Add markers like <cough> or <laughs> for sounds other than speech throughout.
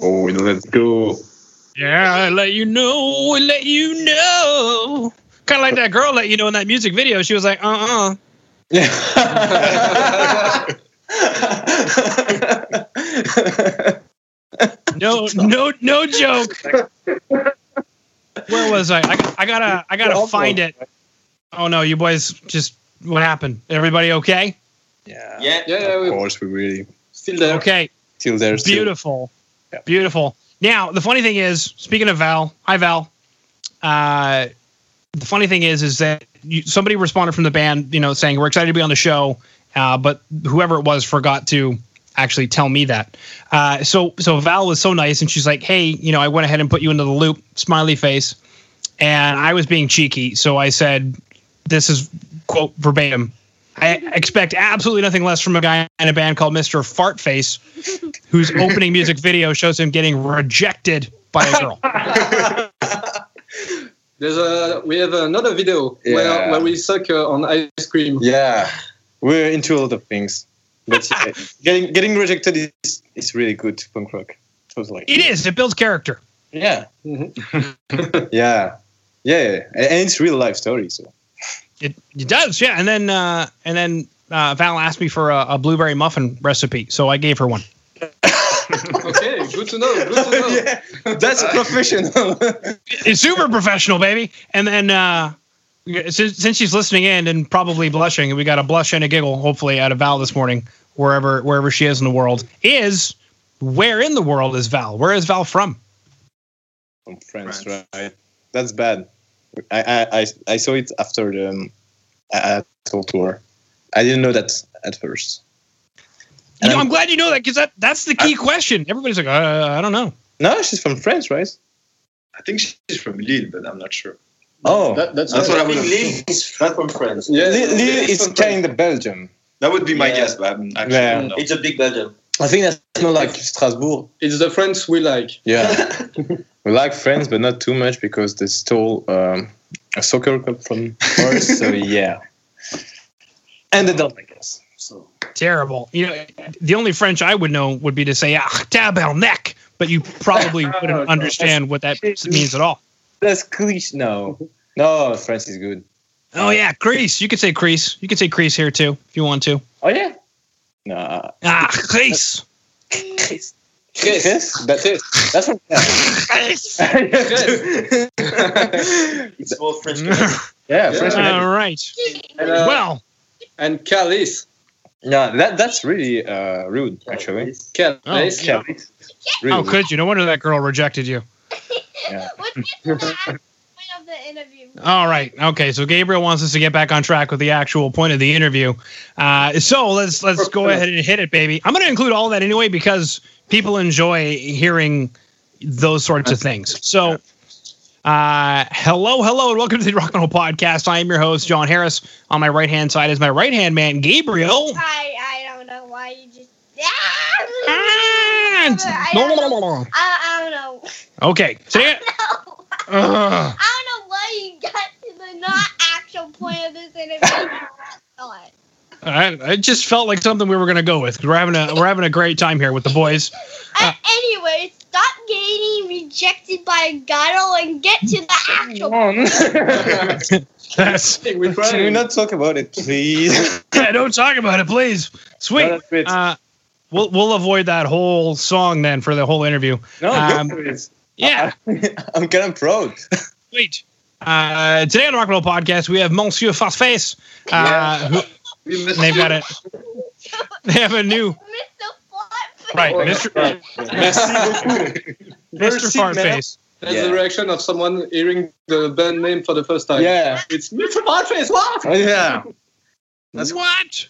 Oh, let's go. Yeah, I let you know. I let you know. Kind of like that girl let you know in that music video. She was like, uh uh No, no, no joke. Where was I? I, I gotta, I gotta find it. Oh no, you boys, just what happened? Everybody okay? Yeah. Yeah. Yeah, Of we're course, we really still there. Okay, still there. Still. beautiful, beautiful. Now the funny thing is, speaking of Val, hi Val. Uh, the funny thing is, is that you, somebody responded from the band, you know, saying we're excited to be on the show, uh, but whoever it was forgot to actually tell me that. Uh, so so Val was so nice, and she's like, hey, you know, I went ahead and put you into the loop, smiley face, and I was being cheeky, so I said, this is quote verbatim. I expect absolutely nothing less from a guy in a band called Mr. Fartface, whose opening music video shows him getting rejected by a girl. There's a we have another video Yeah. where, where we suck uh, on ice cream. <laughs> Yeah, we're into a lot of things, <laughs> but uh, getting getting rejected is is really good to punk rock. Totally. It is. It builds character. Yeah. Mhm. <laughs> yeah. Yeah, and and it's real life story. So It, it does. Yeah. And then uh, and then uh, Val asked me for a, a blueberry muffin recipe, so I gave her one. <laughs> Okay, good to know. Good to know. <laughs> yeah, that's professional. It's super professional, baby. And then uh, since, since she's listening in and probably blushing, we got a blush and a giggle, hopefully, out of Val this morning, wherever wherever she is in the world. Is where in the world is Val? Where is Val from? From France, right? That's bad. I, I I I saw it after the um, Atoll tour. I didn't know that at first. And You know, I'm- I'm glad you know that because that, that's the key question. Everybody's like, uh, I don't know. No, she's from France, right? I think she's from Lille, but I'm not sure. Oh, That, that's That's what what I I would. think have- Lille is not from France. Lille, yeah, Lille is from kind of Belgium. That would be my Yeah. guess, but I'm actually Yeah. don't know. It's a big Belgium. I think that's not like Strasbourg. It's the friends we like. Yeah, <laughs> we like France, but not too much because they stole um, a soccer club from us. <laughs> so yeah, and they don't like us. So Terrible. You know, the only French I would know would be to say ah, tabarnak, but you probably wouldn't understand what that means at all. that's cliche. No, no, France is good. Oh yeah, crease. You could say crease. You could say crease here too if you want to. Oh yeah. No, uh, Ah, crease. yes, that's it. That's from Crease. It's more French. <laughs> yeah, French. All right. And, uh, Well, and Calice. No, that that's really uh, rude, actually. Calice. Oh, Yeah, it's really how rude. could you? No wonder that girl rejected you. Yeah. <laughs> What's the last point of the interview? All right. Okay. So Gabriel wants us to get back on track with the actual point of the interview. Uh, so let's let's go ahead and hit it, baby. I'm going to include all that anyway because people enjoy hearing those sorts of things. So, uh, hello, hello, and welcome to the Rock and Roll Podcast. I am your host, John Harris. On my right hand side is my right hand man, Gabriel. I I don't know why you just. <laughs> Ah. And I don't know. I, I don't know. <laughs> okay. Uh, Today, No, Ugh. I don't know why you got to the not actual point of this interview. Uh, Thought. I, I just felt like something we were going to go with 'cause we're having a we're having a great time here with the boys. <laughs> Uh, anyway, stop getting rejected by a girl and get to the actual. Oh. <laughs> That's <laughs> We Can we not talk about it, please? yeah, don't talk about it, please. No, Sweet. that's it. Uh, we'll we'll avoid that whole song then for the whole interview. no, Uh-huh. um, go for it. Yeah. <laughs> I'm kind of proud. <laughs> Sweet. Uh, today on the Rock and Roll Podcast, we have Monsieur Fastface. Uh, who- We missed they've got it. <laughs> They have a new Mr. Flop. right, Mr. Mr. <laughs> Merci, madame. Fartface. That's Yeah. the reaction of someone hearing the band name for the first time. yeah. It's Mr. Barface, what? yeah. That's what.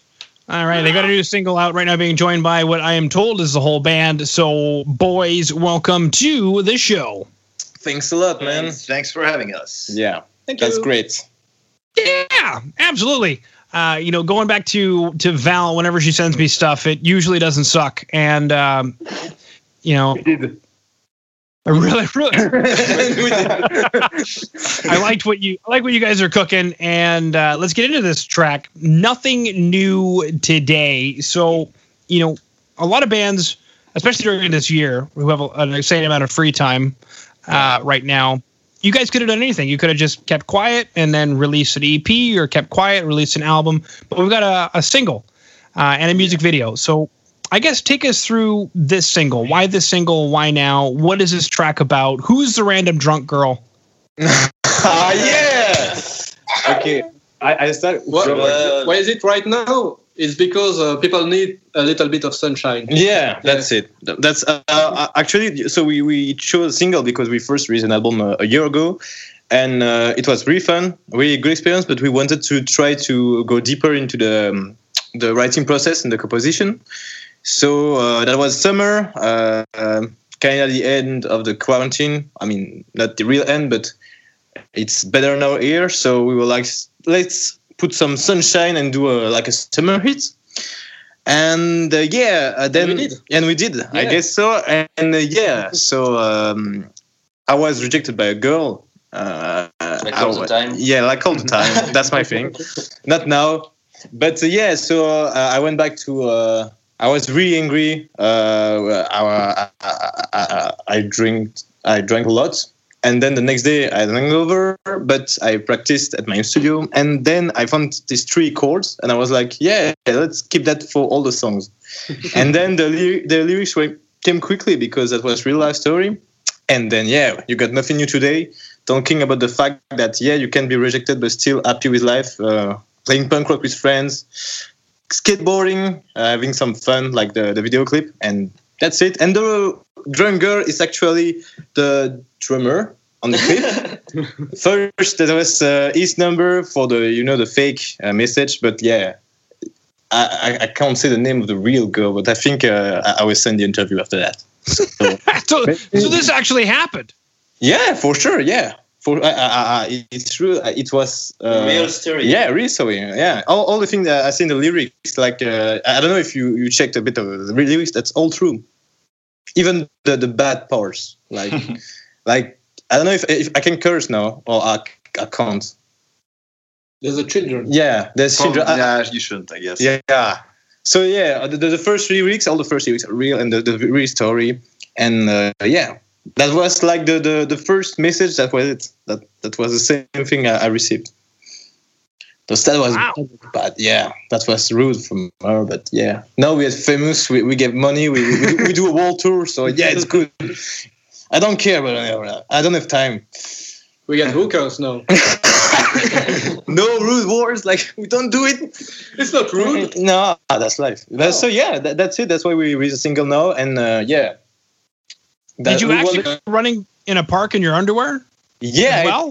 All right, they got a new single out right now, being joined by what I am told is the whole band. So, boys, welcome to the show. Thanks a lot, man. Thanks, thanks for having us. Yeah. Thank That's <laughs> you. great. Yeah, absolutely. Uh, you know, going back to to Val, whenever she sends me stuff, it usually doesn't suck, and um, you know, I <laughs> really, really, <laughs> I liked what you I like what you guys are cooking, and uh, let's get into this track. Nothing new today, so you know, a lot of bands especially during this year, who have a- an insane amount of free time uh, right now. You guys could have done anything. You could have just kept quiet and then released an EP, or kept quiet, released an album. But we've got a, a single uh, and a music video. So I guess take us through this single. Why this single? Why now? What is this track about? Who's the random drunk girl? <laughs> Ah, yeah. uh, Okay. I, I start. What, Well- why is it right now? It's because uh, people need a little bit of sunshine. Yeah, that's it. Th- That's uh, uh, actually so we we chose a single because we first released an album uh, a year ago, and uh, it was really fun, really good experience. But we wanted to try to go deeper into the um, the writing process and the composition. So uh, that was summer, uh, um, kind of the end of the quarantine. I mean, not the real end, but it's better now here. So we were like, s- let's put some sunshine and do a, like a summer hit. And uh, yeah, uh, then we did. and we did, I Yeah. guess so. And uh, yeah, so um, I was rejected by a girl. Uh, Like all I the wa- time? Yeah, like all the time. That's my thing. Not now, but uh, yeah. So uh, I went back to. Uh, I was really angry. Uh, I, I, I, I, I drink. I drank a lot, and then the next day I had a hangover. But I practiced at my studio, and then I found these three chords, and I was like, "Yeah, let's keep that for all the songs." and then the ly- the lyrics were, came quickly because that was real life story. And then yeah, you got nothing new today. Talking about the fact that yeah, you can be rejected but still happy with life. Uh, playing punk rock with friends, skateboarding, uh, having some fun, like the, the video clip, and that's it. And the drum girl is actually the drummer on the <laughs> clip. First, there was uh, his number for the you know the fake uh, message, but yeah. I, I, I can't say the name of the real girl, but I think uh, I, I will send the interview after that. <laughs> so, so this actually happened. Yeah, for sure. Yeah, for I, I, I, it's true. It was uh, Real story. Yeah, really sorry. Yeah, all, all the things that I see in the lyrics, like uh, I don't know if you, you checked a bit of the lyrics. That's all true. Even the, the bad parts, <laughs> like like I don't know if, if I can curse now or I, I can't. There's the children. Yeah, there's Probably, children. I- yeah, you shouldn't, I guess. yeah. So yeah, uh, the, the the first three weeks, all the first three weeks are real and the, the real story, and uh, yeah, that was like the, the the first message. That was it. That that was the same thing I, I received. So that was Wow. bad. Yeah, that was rude from her. But yeah, now we are famous. We, we get money. We, we, we do a world tour. So yeah, it's good. I don't care, but whatever. I don't have time. <laughs> We get hookers now. No rude wars. Like we don't do it. it's not rude. No, that's life. That- So Oh. yeah, that, that's it. That's why we released a single now, and uh, yeah. That- Did you we actually wanted- go running in a park in your underwear? yeah, as it- well,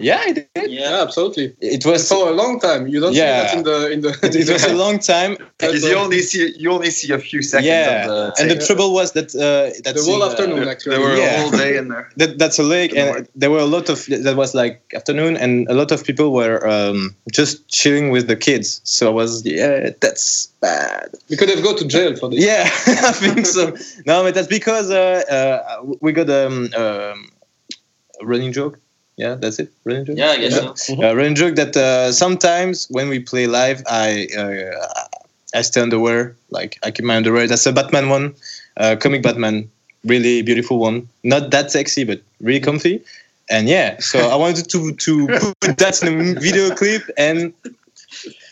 yeah, I did. Yeah. Yeah, absolutely. It was For a long time, you don't Yeah. see that in the in the. <laughs> it, it was <laughs> a long time, Because you only see you only see a few seconds Yeah. of the and the tape. trouble was that uh, the that's whole in, uh, afternoon, There actually. were Yeah. a whole day in <laughs> there. that, that's a lake, and there were a lot of that was like afternoon, and a lot of people were um, just chilling with the kids. So I was yeah, that's bad. You could have gone to jail for this. Yeah, <laughs> I think so. No, but that's because uh, uh, we got um, um, a running joke. Yeah, that's it. Running joke. Yeah, I guess so. Uh, running joke that uh, sometimes when we play live, I uh, I stay underwear. Like I keep my underwear. That's a Batman one, uh, comic Batman, really beautiful one. Not that sexy, but really comfy. And yeah, so I wanted to to put that in a video clip and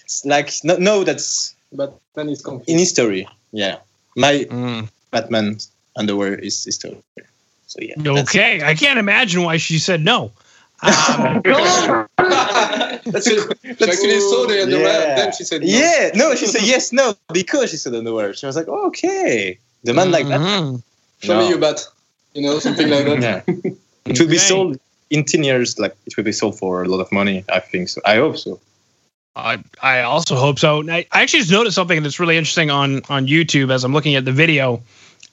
it's like no, no, that's But then it's <laughs> confused. in history. Yeah, my Batman underwear is history. So yeah. <laughs> that's- Okay, I can't imagine why she said no. Um, <laughs> <laughs> That's it. She actually saw the underwear. Yeah. Then she said, no. Yeah, no, she said yes, no, because she said underwear. She was like, oh, okay. The man like that. mhm. Show No. me your butt. You know, something like that. <laughs> Yeah. It will be Okay. sold in 10 years, like it will be sold for a lot of money, I think so. I hope so. I, I also hope so. And I, I actually just noticed something that's really interesting on on YouTube as I'm looking at the video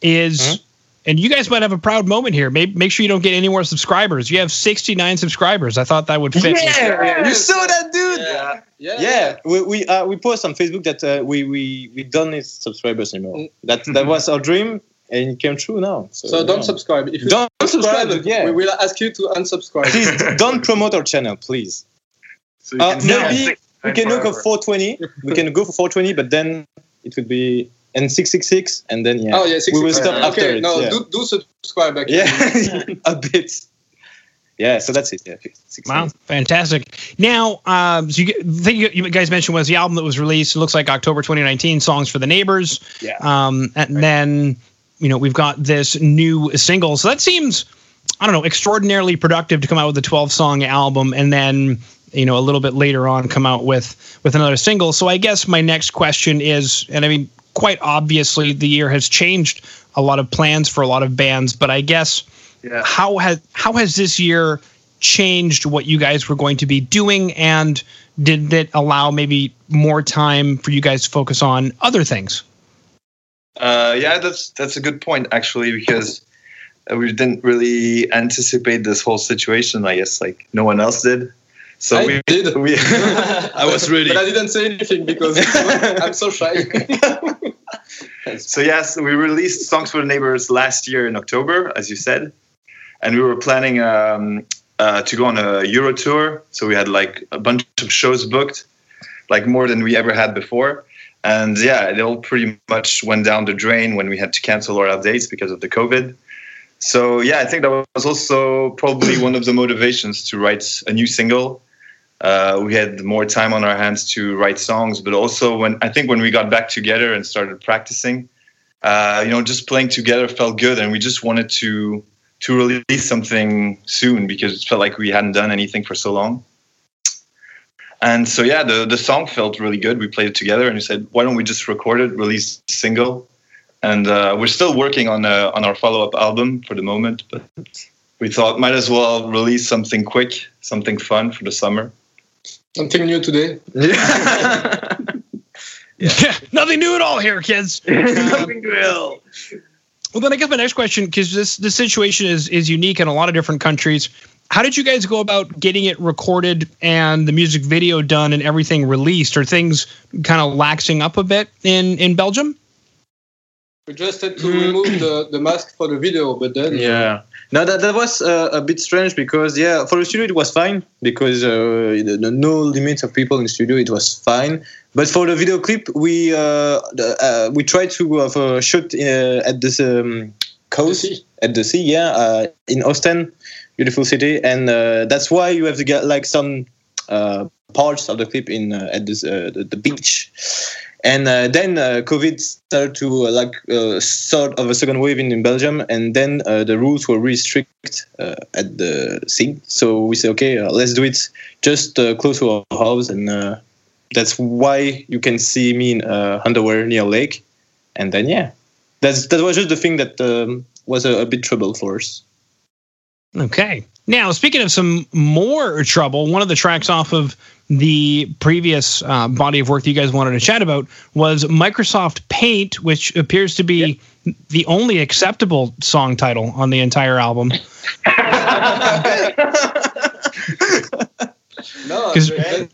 is. Mm-hmm. And you guys might have a proud moment here. Maybe make sure you don't get any more subscribers. You have 69 subscribers. I thought that would fit. You saw that dude. Yeah. Yeah. Yeah. we we uh, we post on Facebook that uh, we we we don't need subscribers anymore. That that Mm-hmm. was our dream and it came true now. So, So yeah. don't subscribe. If you don't subscribe. Yeah, we will ask you to unsubscribe. please don't promote our channel, please. So Uh, see maybe it we can look for 420. We can go for 420, but then it would be and six six six, and then <laughs> yeah. Oh yeah, six, We will six, stop yeah. after Okay, it, no, yeah. do, do subscribe. Actually. <laughs> Yeah, a bit. Yeah, so that's it. Yeah, six, six, Wow, six. fantastic! Now, um, so you, get- the thing you, you guys mentioned was the album that was released. It looks like October 2019, "Songs for the Neighbors." Yeah. Um, and then, you know, we've got this new single. So that seems, I don't know, extraordinarily productive to come out with a 12 song album, and then you know a little bit later on come out with with another single. So I guess my next question is, and I mean, quite obviously, the year has changed a lot of plans for a lot of bands, but I guess Yeah. how has how has this year changed what you guys were going to be doing and did that allow maybe more time for you guys to focus on other things Uh, yeah, that's that's a good point actually because uh, we didn't really anticipate this whole situation. I guess like no one else did. So I we, <laughs> <laughs> did. we <laughs> I <laughs> was really But I didn't say anything because I'm so <laughs> shy. so yes, we released songs for the neighbors last year in October, as you said, and we were planning um, uh, to go on a Euro tour. So we had like a bunch of shows booked, like more than we ever had before. And yeah, it all pretty much went down the drain when we had to cancel all our dates because of the COVID. So yeah, I think that was also probably one of the motivations to write a new single. Uh, we had more time on our hands to write songs, but also when I think when we got back together and started practicing, uh, you know, just playing together felt good, and we just wanted to to release something soon because it felt like we hadn't done anything for so long. And so yeah, the the song felt really good. We played it together, and we said, why don't we just record it, release a single, and uh, we're still working on uh, on our follow up album for the moment, but. We thought might as well release something quick, something fun for the <laughs> summer. Something new today. Yeah. yeah <laughs> nothing new at all here kids Nothing real. well then i guess my next question because this this situation is is unique in a lot of different countries how did you guys go about getting it recorded and the music video done and everything released or things kind of laxing up a bit in in belgium We just had to remove the, the mask for the video, but then Mm. Yeah. No, that, that was uh, a bit strange because yeah, for the studio it was fine because uh, the, the no limits of people in studio it was fine. But for the video clip, we uh, the, uh, we tried to have a shoot uh, at this um, coast sea. at the sea, yeah, uh, in Austin, beautiful city, and uh, that's why you have to get like some uh, parts of the clip in uh, at this, uh, the, the beach. And uh, then uh, COVID started to uh, like uh, sort of a second wave in, in Belgium, and then uh, the rules were really strict uh, at the sea. So we said, okay, uh, let's do it just uh, close to our house, and uh, that's why you can see me in uh, underwear near lake. And then yeah, that's that was just the thing that um, was a, a bit trouble for us. Okay. Now, speaking of some more trouble, one of the tracks off of the previous uh, body of work that you guys wanted to chat about was Microsoft Paint, which appears to be the only acceptable song title on the entire album. no, 'Cause- then-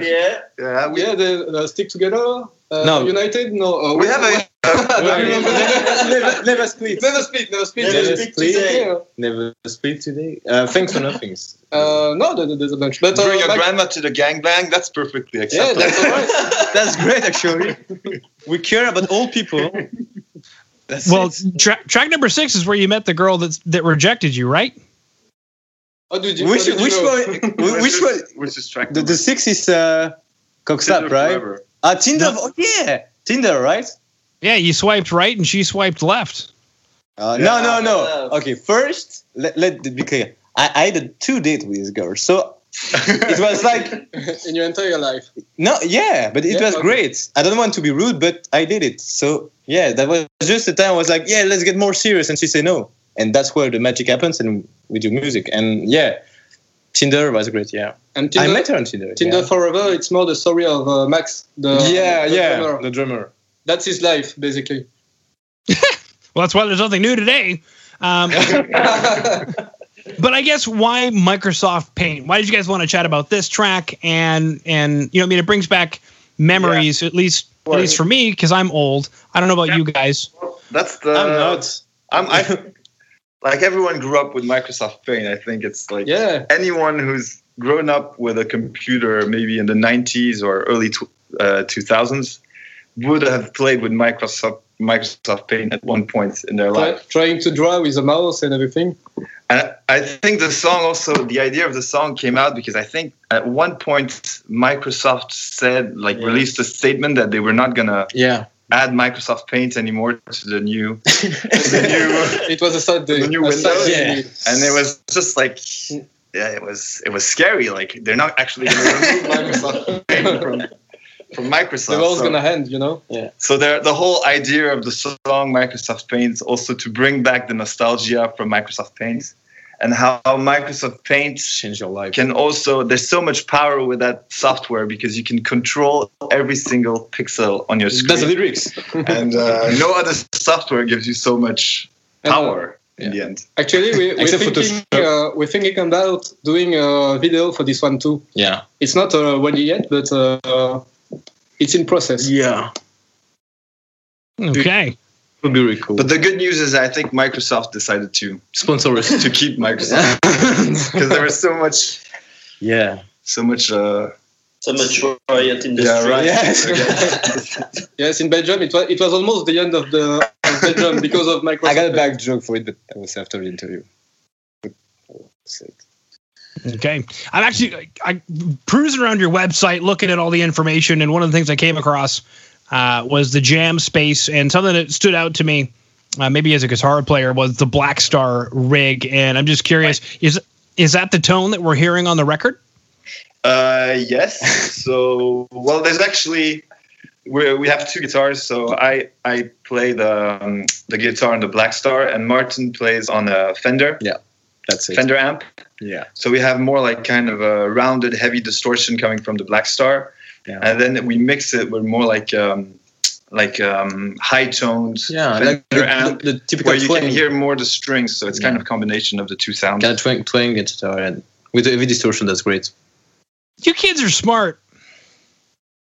Yeah. Yeah, we, yeah, they uh, stick together. Uh, No. United, no. Uh, we have <laughs> a. I remember that. never, never split. never split, never split. Never just- speak today. Yeah. Never split today. Uh, thanks for nothing. Uh, no, there- there's a bunch. But uh, Bring your back- grandma to the gangbang. That's perfectly yeah, acceptable. that's <laughs> <laughs> alright. <laughs> That's great, <laughs> actually. We care about all people. That's well, it. tra- track number six is where you met the girl that's, that rejected you, right? How did you? which how did you which know? one? whi- Which one? Which is track The, the six is uh, cocked up, right? Uh, Tinder. No. Oh, yeah, Tinder, right? Yeah, you swiped right and she swiped left. Uh, Yeah. No, no, no. Yeah. Okay, first let let it be clear. I, I had two dates with this girl, so it was <laughs> like <laughs> in your entire life? No, yeah, but it Yeah, was okay. great. I don't want to be rude, but I did it. So yeah, that was just the time I was like, yeah, let's get more serious, and she said no, and that's where the magic happens, and we do music, and yeah, Tinder was great. Yeah, And I Tinder, met her on Tinder. Tinder forever. It's more the story of uh, Max. The, yeah, yeah, the yeah, drummer. the drummer. That's his life, <laughs> basically. Well, that's why there's nothing new today. Um, but I guess why Microsoft Paint? Why did you guys want to chat about this track? And and you know, I mean, it brings back memories, at least at least for me, because I'm old. I don't know about you guys. That's the. I'm not. I'm. <laughs> I, like everyone grew up with Microsoft Paint. I think it's like yeah, anyone who's grown up with a computer, maybe in the '90s or early tw- uh, 2000s, would have played with Microsoft Microsoft Paint at one point in their Try, life. trying to draw with a mouse and everything. And I think the song also, the idea of the song came out because I think at one point Microsoft said, like, Yeah. released a statement that they were not gonna Yeah. add Microsoft Paint anymore to the new, <laughs> the uh, It was a sad day. The new a sad Windows? day. new, and it was just like, yeah, it was it was scary. Like, they're not actually gonna remove <laughs> Microsoft Paint from, from Microsoft. The world's So- gonna end, you know. So there, the whole idea of the song Microsoft Paint is also to bring back the nostalgia from Microsoft Paint, and how Microsoft Paint Change your life. can also there's so much power with that software because you can control every single pixel on your That's the screen, lyrics. and <laughs> uh, no other software gives you so much And, uh, power in the end. Actually, we, we're, Except thinking, uh, we're thinking about doing a video for this one too. Yeah. It's not uh, ready yet, but uh, it's in process. Yeah. Okay. Would be really cool. But the good news is, I think Microsoft decided to Sponsor us. <laughs> to keep <laughs> Microsoft because there was so much, yeah. so much. Uh, It's a Metroid industry. Yeah, right. Yes. <laughs> Yes, in Belgium, it was it was almost the end of the of Belgium because of <laughs> Microsoft. I got a bad joke for it, but that was after the interview. Okay. I'm actually I cruising around your website looking at all the information, and one of the things I came across uh, was the jam space, and something that stood out to me, uh, maybe as a guitar player, was the Black Star rig, and I'm just curious is is that the tone that we're hearing on the record? Uh, yes. So, well, there's actually we we have two guitars. So I I play the um, the guitar on the Black Star, and Martin plays on a Fender That's it. Fender amp. Yeah. So we have more like kind of a rounded, heavy distortion coming from the Black Star, Yeah. and then we mix it with more like um, like um, high tones Yeah. Fender Like the, amp, the, the typical where you twang. can hear more the strings. So it's kind of a combination of the two sounds. Kind of twang, twang guitar and with the heavy distortion. That's great. You kids are smart.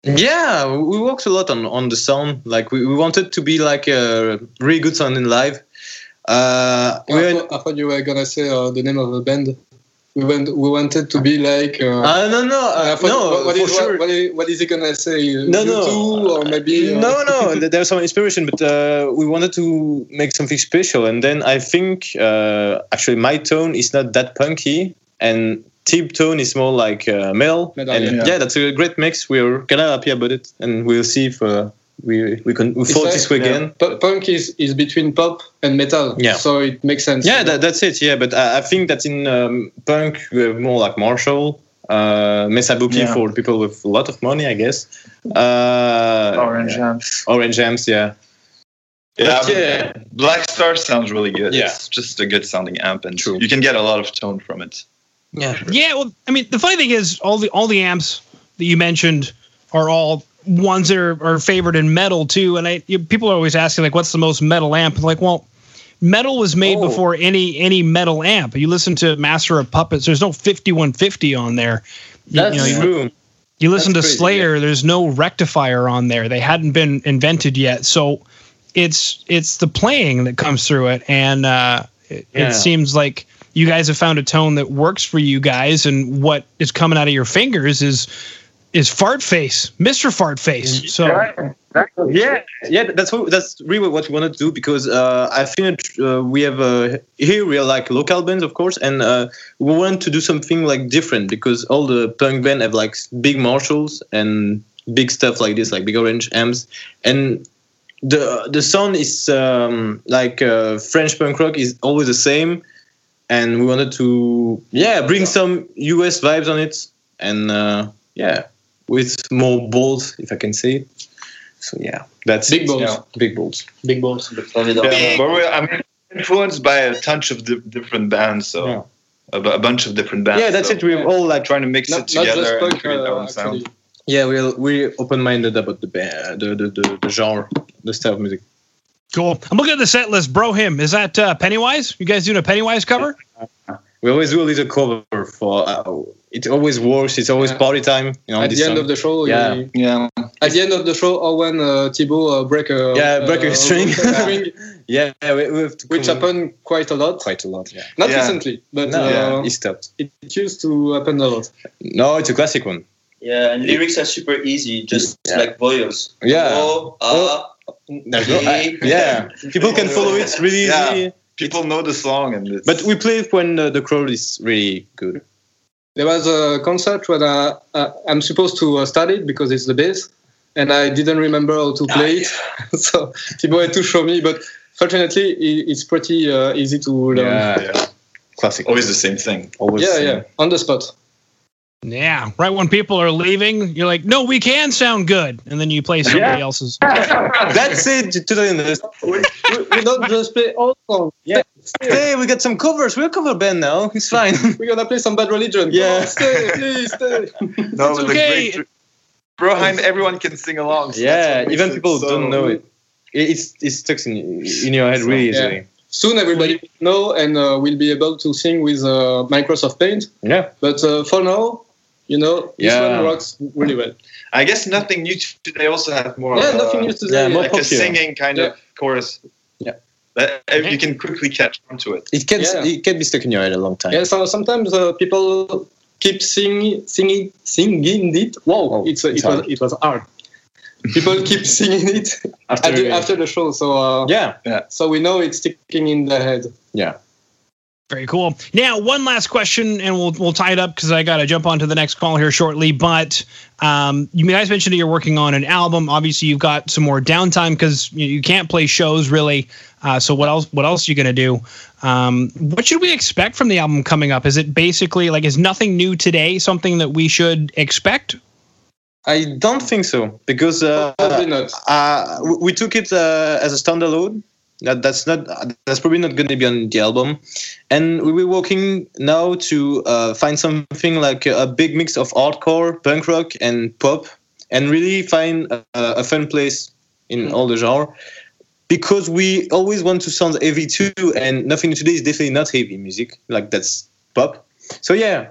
Yeah, we worked a lot on, on the sound. Like we, we wanted to be like a really good sound in live. Uh, I we were in- thought, I thought you were gonna say uh, the name of the band. We went. We wanted to be like. Uh, uh, no, no, I uh, thought- no, what- what for is- sure. what- what is- what is he gonna say? uh, No, you no. two or maybe. uh, no, no, th- there's some inspiration, but uh, we wanted to make something special. And then I think uh, actually my tone is not that punky, and Tip tone is more like uh, metal. Metal, and yeah. yeah. that's a great mix. We're kind of happy about it, and we'll see if uh, we we can we It's fall like- this way yeah. again. Pu- Punk is, is between pop and metal, Yeah. so it makes sense. Yeah, that, that's it. Yeah, but I, I think that in um, punk we have more like Marshall, uh, Mesabuki Yeah. for people with a lot of money, I guess. Uh, Orange amp. Orange Jams, yeah. Yeah, But yeah. Black Star sounds really good. Yeah. It's just a good sounding amp, and True. you can get a lot of tone from it. Yeah. Yeah, well, I mean, the funny thing is, all the all the amps that you mentioned are all ones that are, are favored in metal too. And I, you, people are always asking like, what's the most metal amp? And like, well, metal was made Oh. before any any metal amp. You listen to Master of Puppets, there's no 5150 on there. You, That's you, know, you- true. you listen to that's crazy, Slayer, there's no rectifier on there. They hadn't been invented yet, so it's it's the playing that comes through it, and uh, it, Yeah. it seems like you guys have found a tone that works for you guys, and what is coming out of your fingers is is fart face, Mister Fart Mm-hmm. Face. So Yeah, yeah. That's what, that's really what we wanted to do because uh, I think uh, we have uh, here we are like local bands, of course, and uh, we want to do something like different because all the punk band have like big Marshalls and big stuff like this, like big orange amps, and the the sound is um, like uh, French punk rock is always the same, and we wanted to yeah bring some US vibes on it, and uh, yeah with more balls if I can say it. So yeah, that's Big it. balls. Yeah, big balls. big balls. Yeah, but we're, I mean, influenced by a bunch of di- different bands, so Yeah. a, bu- a bunch of different bands. yeah, that's so it. We're all like Trying to mix Not, it not together just and punk. create our Uh, own sound. actually. yeah, we're we're open-minded about the ba- the, the, the the genre, the style of music. cool. I'm looking at the set list. Bro, him is that uh, Pennywise? You guys doing a Pennywise cover? We always do a little cover for. Uh, it always works. It's always Yeah. party time. You know, At this the end song. of the show, Yeah. you- Yeah, at the end of the show, Owen uh, Thibault uh, break a Yeah, break a uh, string. <laughs> string, yeah, yeah, we, we have to which cover happened quite a lot. quite a lot. Yeah, Not Yeah. recently, but no, uh, it stopped. it used to happen a lot. No, it's a classic one. Yeah, and lyrics are super easy, just Yeah. like voyels. Yeah. <laughs> Oh, ah, There's no- I- <laughs> yeah, people can follow it <laughs> really Yeah. easy. People know the song, and it's, But we play it when uh, the crowd is really good. There was a concert when I, I, I'm supposed to uh, start it because it's the bass, and I didn't remember how to play it. <laughs> so people had to show me, but fortunately, i it's pretty uh, easy to learn. Yeah, Yeah, yeah, <laughs> classic. always the same thing. Always. yeah, uh, on the spot. Yeah, right when people are leaving, you're like, no, we can sound good. And then you play somebody else's. That's it. you Totally understand. we, we don't just play all songs. Hey, we got some covers. We're a cover band now. It's fine. <laughs> We're gonna play some bad religion. Yeah. Come on, stay, please stay. No, It's but okay. the great. Broheim, everyone can sing along. so that's yeah, what makes even it people so- don't know it. It- It's it sticks in in your head really Yeah. easily. Soon everybody will know and uh, will be able to sing with uh, Microsoft Paint. Yeah. But uh, for now, you know, Yeah. this one works really well. I guess nothing new today. Also have more. yeah, of, nothing uh, new today. yeah, more like a popular. singing kind of chorus. Yeah. That uh, you can quickly catch on to it. It can Yeah. it can be stuck in your head a long time. Yeah, so sometimes uh, people keep singing, singing, singing it. Wow, Wow, it's, uh, it's it was hard. it was hard. People keep <laughs> singing <laughs> it After, after, after the show, so uh, yeah, so we know it's sticking in the head. Very cool. Now, one last question, and we'll we'll tie it up because I got to jump on to the next call here shortly. But um, you guys mentioned that you're working on an album. Obviously, you've got some more downtime because you, you can't play shows really. Uh, so what else? What else are you gonna do? Um, what should we expect from the album coming up? Is it basically like is nothing new today? Something that we should expect? I don't think so because uh, Probably not. uh, we- we took it uh, as a standalone. That, that's not. That's probably not going to be on the album, and we were working now to uh, find something like a big mix of hardcore, punk rock, and pop, and really find a, a fun place Hmm. in all the genre. Because we always want to sound heavy too, and nothing today is definitely not heavy music. Like that's pop. So yeah,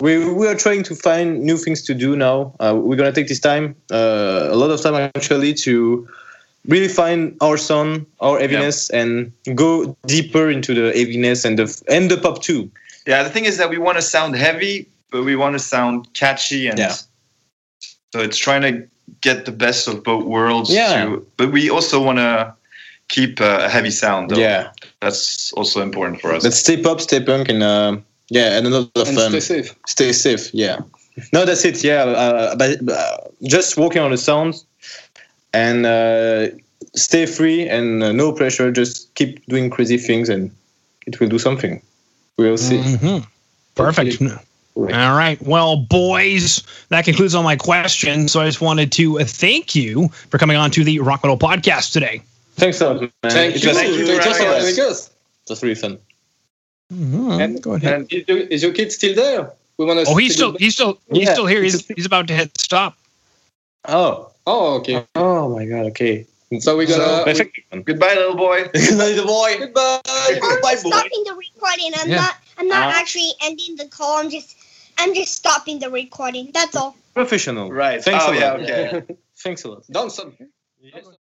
we, we are trying to find new things to do now. Uh, we're gonna take this time, uh, a lot of time actually, to really find our sound, our heaviness, and go deeper into the heaviness and the and the pop too. Yeah, the thing is that we want to sound heavy, but we want to sound catchy, and Yeah. so it's trying to get the best of both worlds. Yeah. To, but we also want to keep uh, a heavy sound. Though. Yeah, that's also important for us. but stay pop, stay punk, and uh, yeah, and a lot of And fun. stay safe. stay safe yeah no that's it yeah uh, but, uh, just working on the sound and uh, stay free and uh, no pressure just keep doing crazy things and it will do something we'll see Mhm. Perfect. All right. Well, boys, that concludes all my questions. So I just wanted to thank you for coming on to the Rock Metal Podcast today. thanks a lot man Thank Uh, it you. was, Thank you for It was having us. having us. it was really fun And- Go ahead. And is your, is your kid still there? We want to. Oh, he's still he's still he's Yeah. still here. He's, he's about to hit stop. oh Oh, okay. oh my god okay So we're gonna. we- perfect Goodbye, little boy. good night boy Goodbye. I'm stopping the recording. I'm Yeah. not. I'm not Ah. actually ending the call. I'm just. I'm just stopping the recording. That's all. professional Right. thanks a oh, lot yeah. Okay. thanks a lot Done something.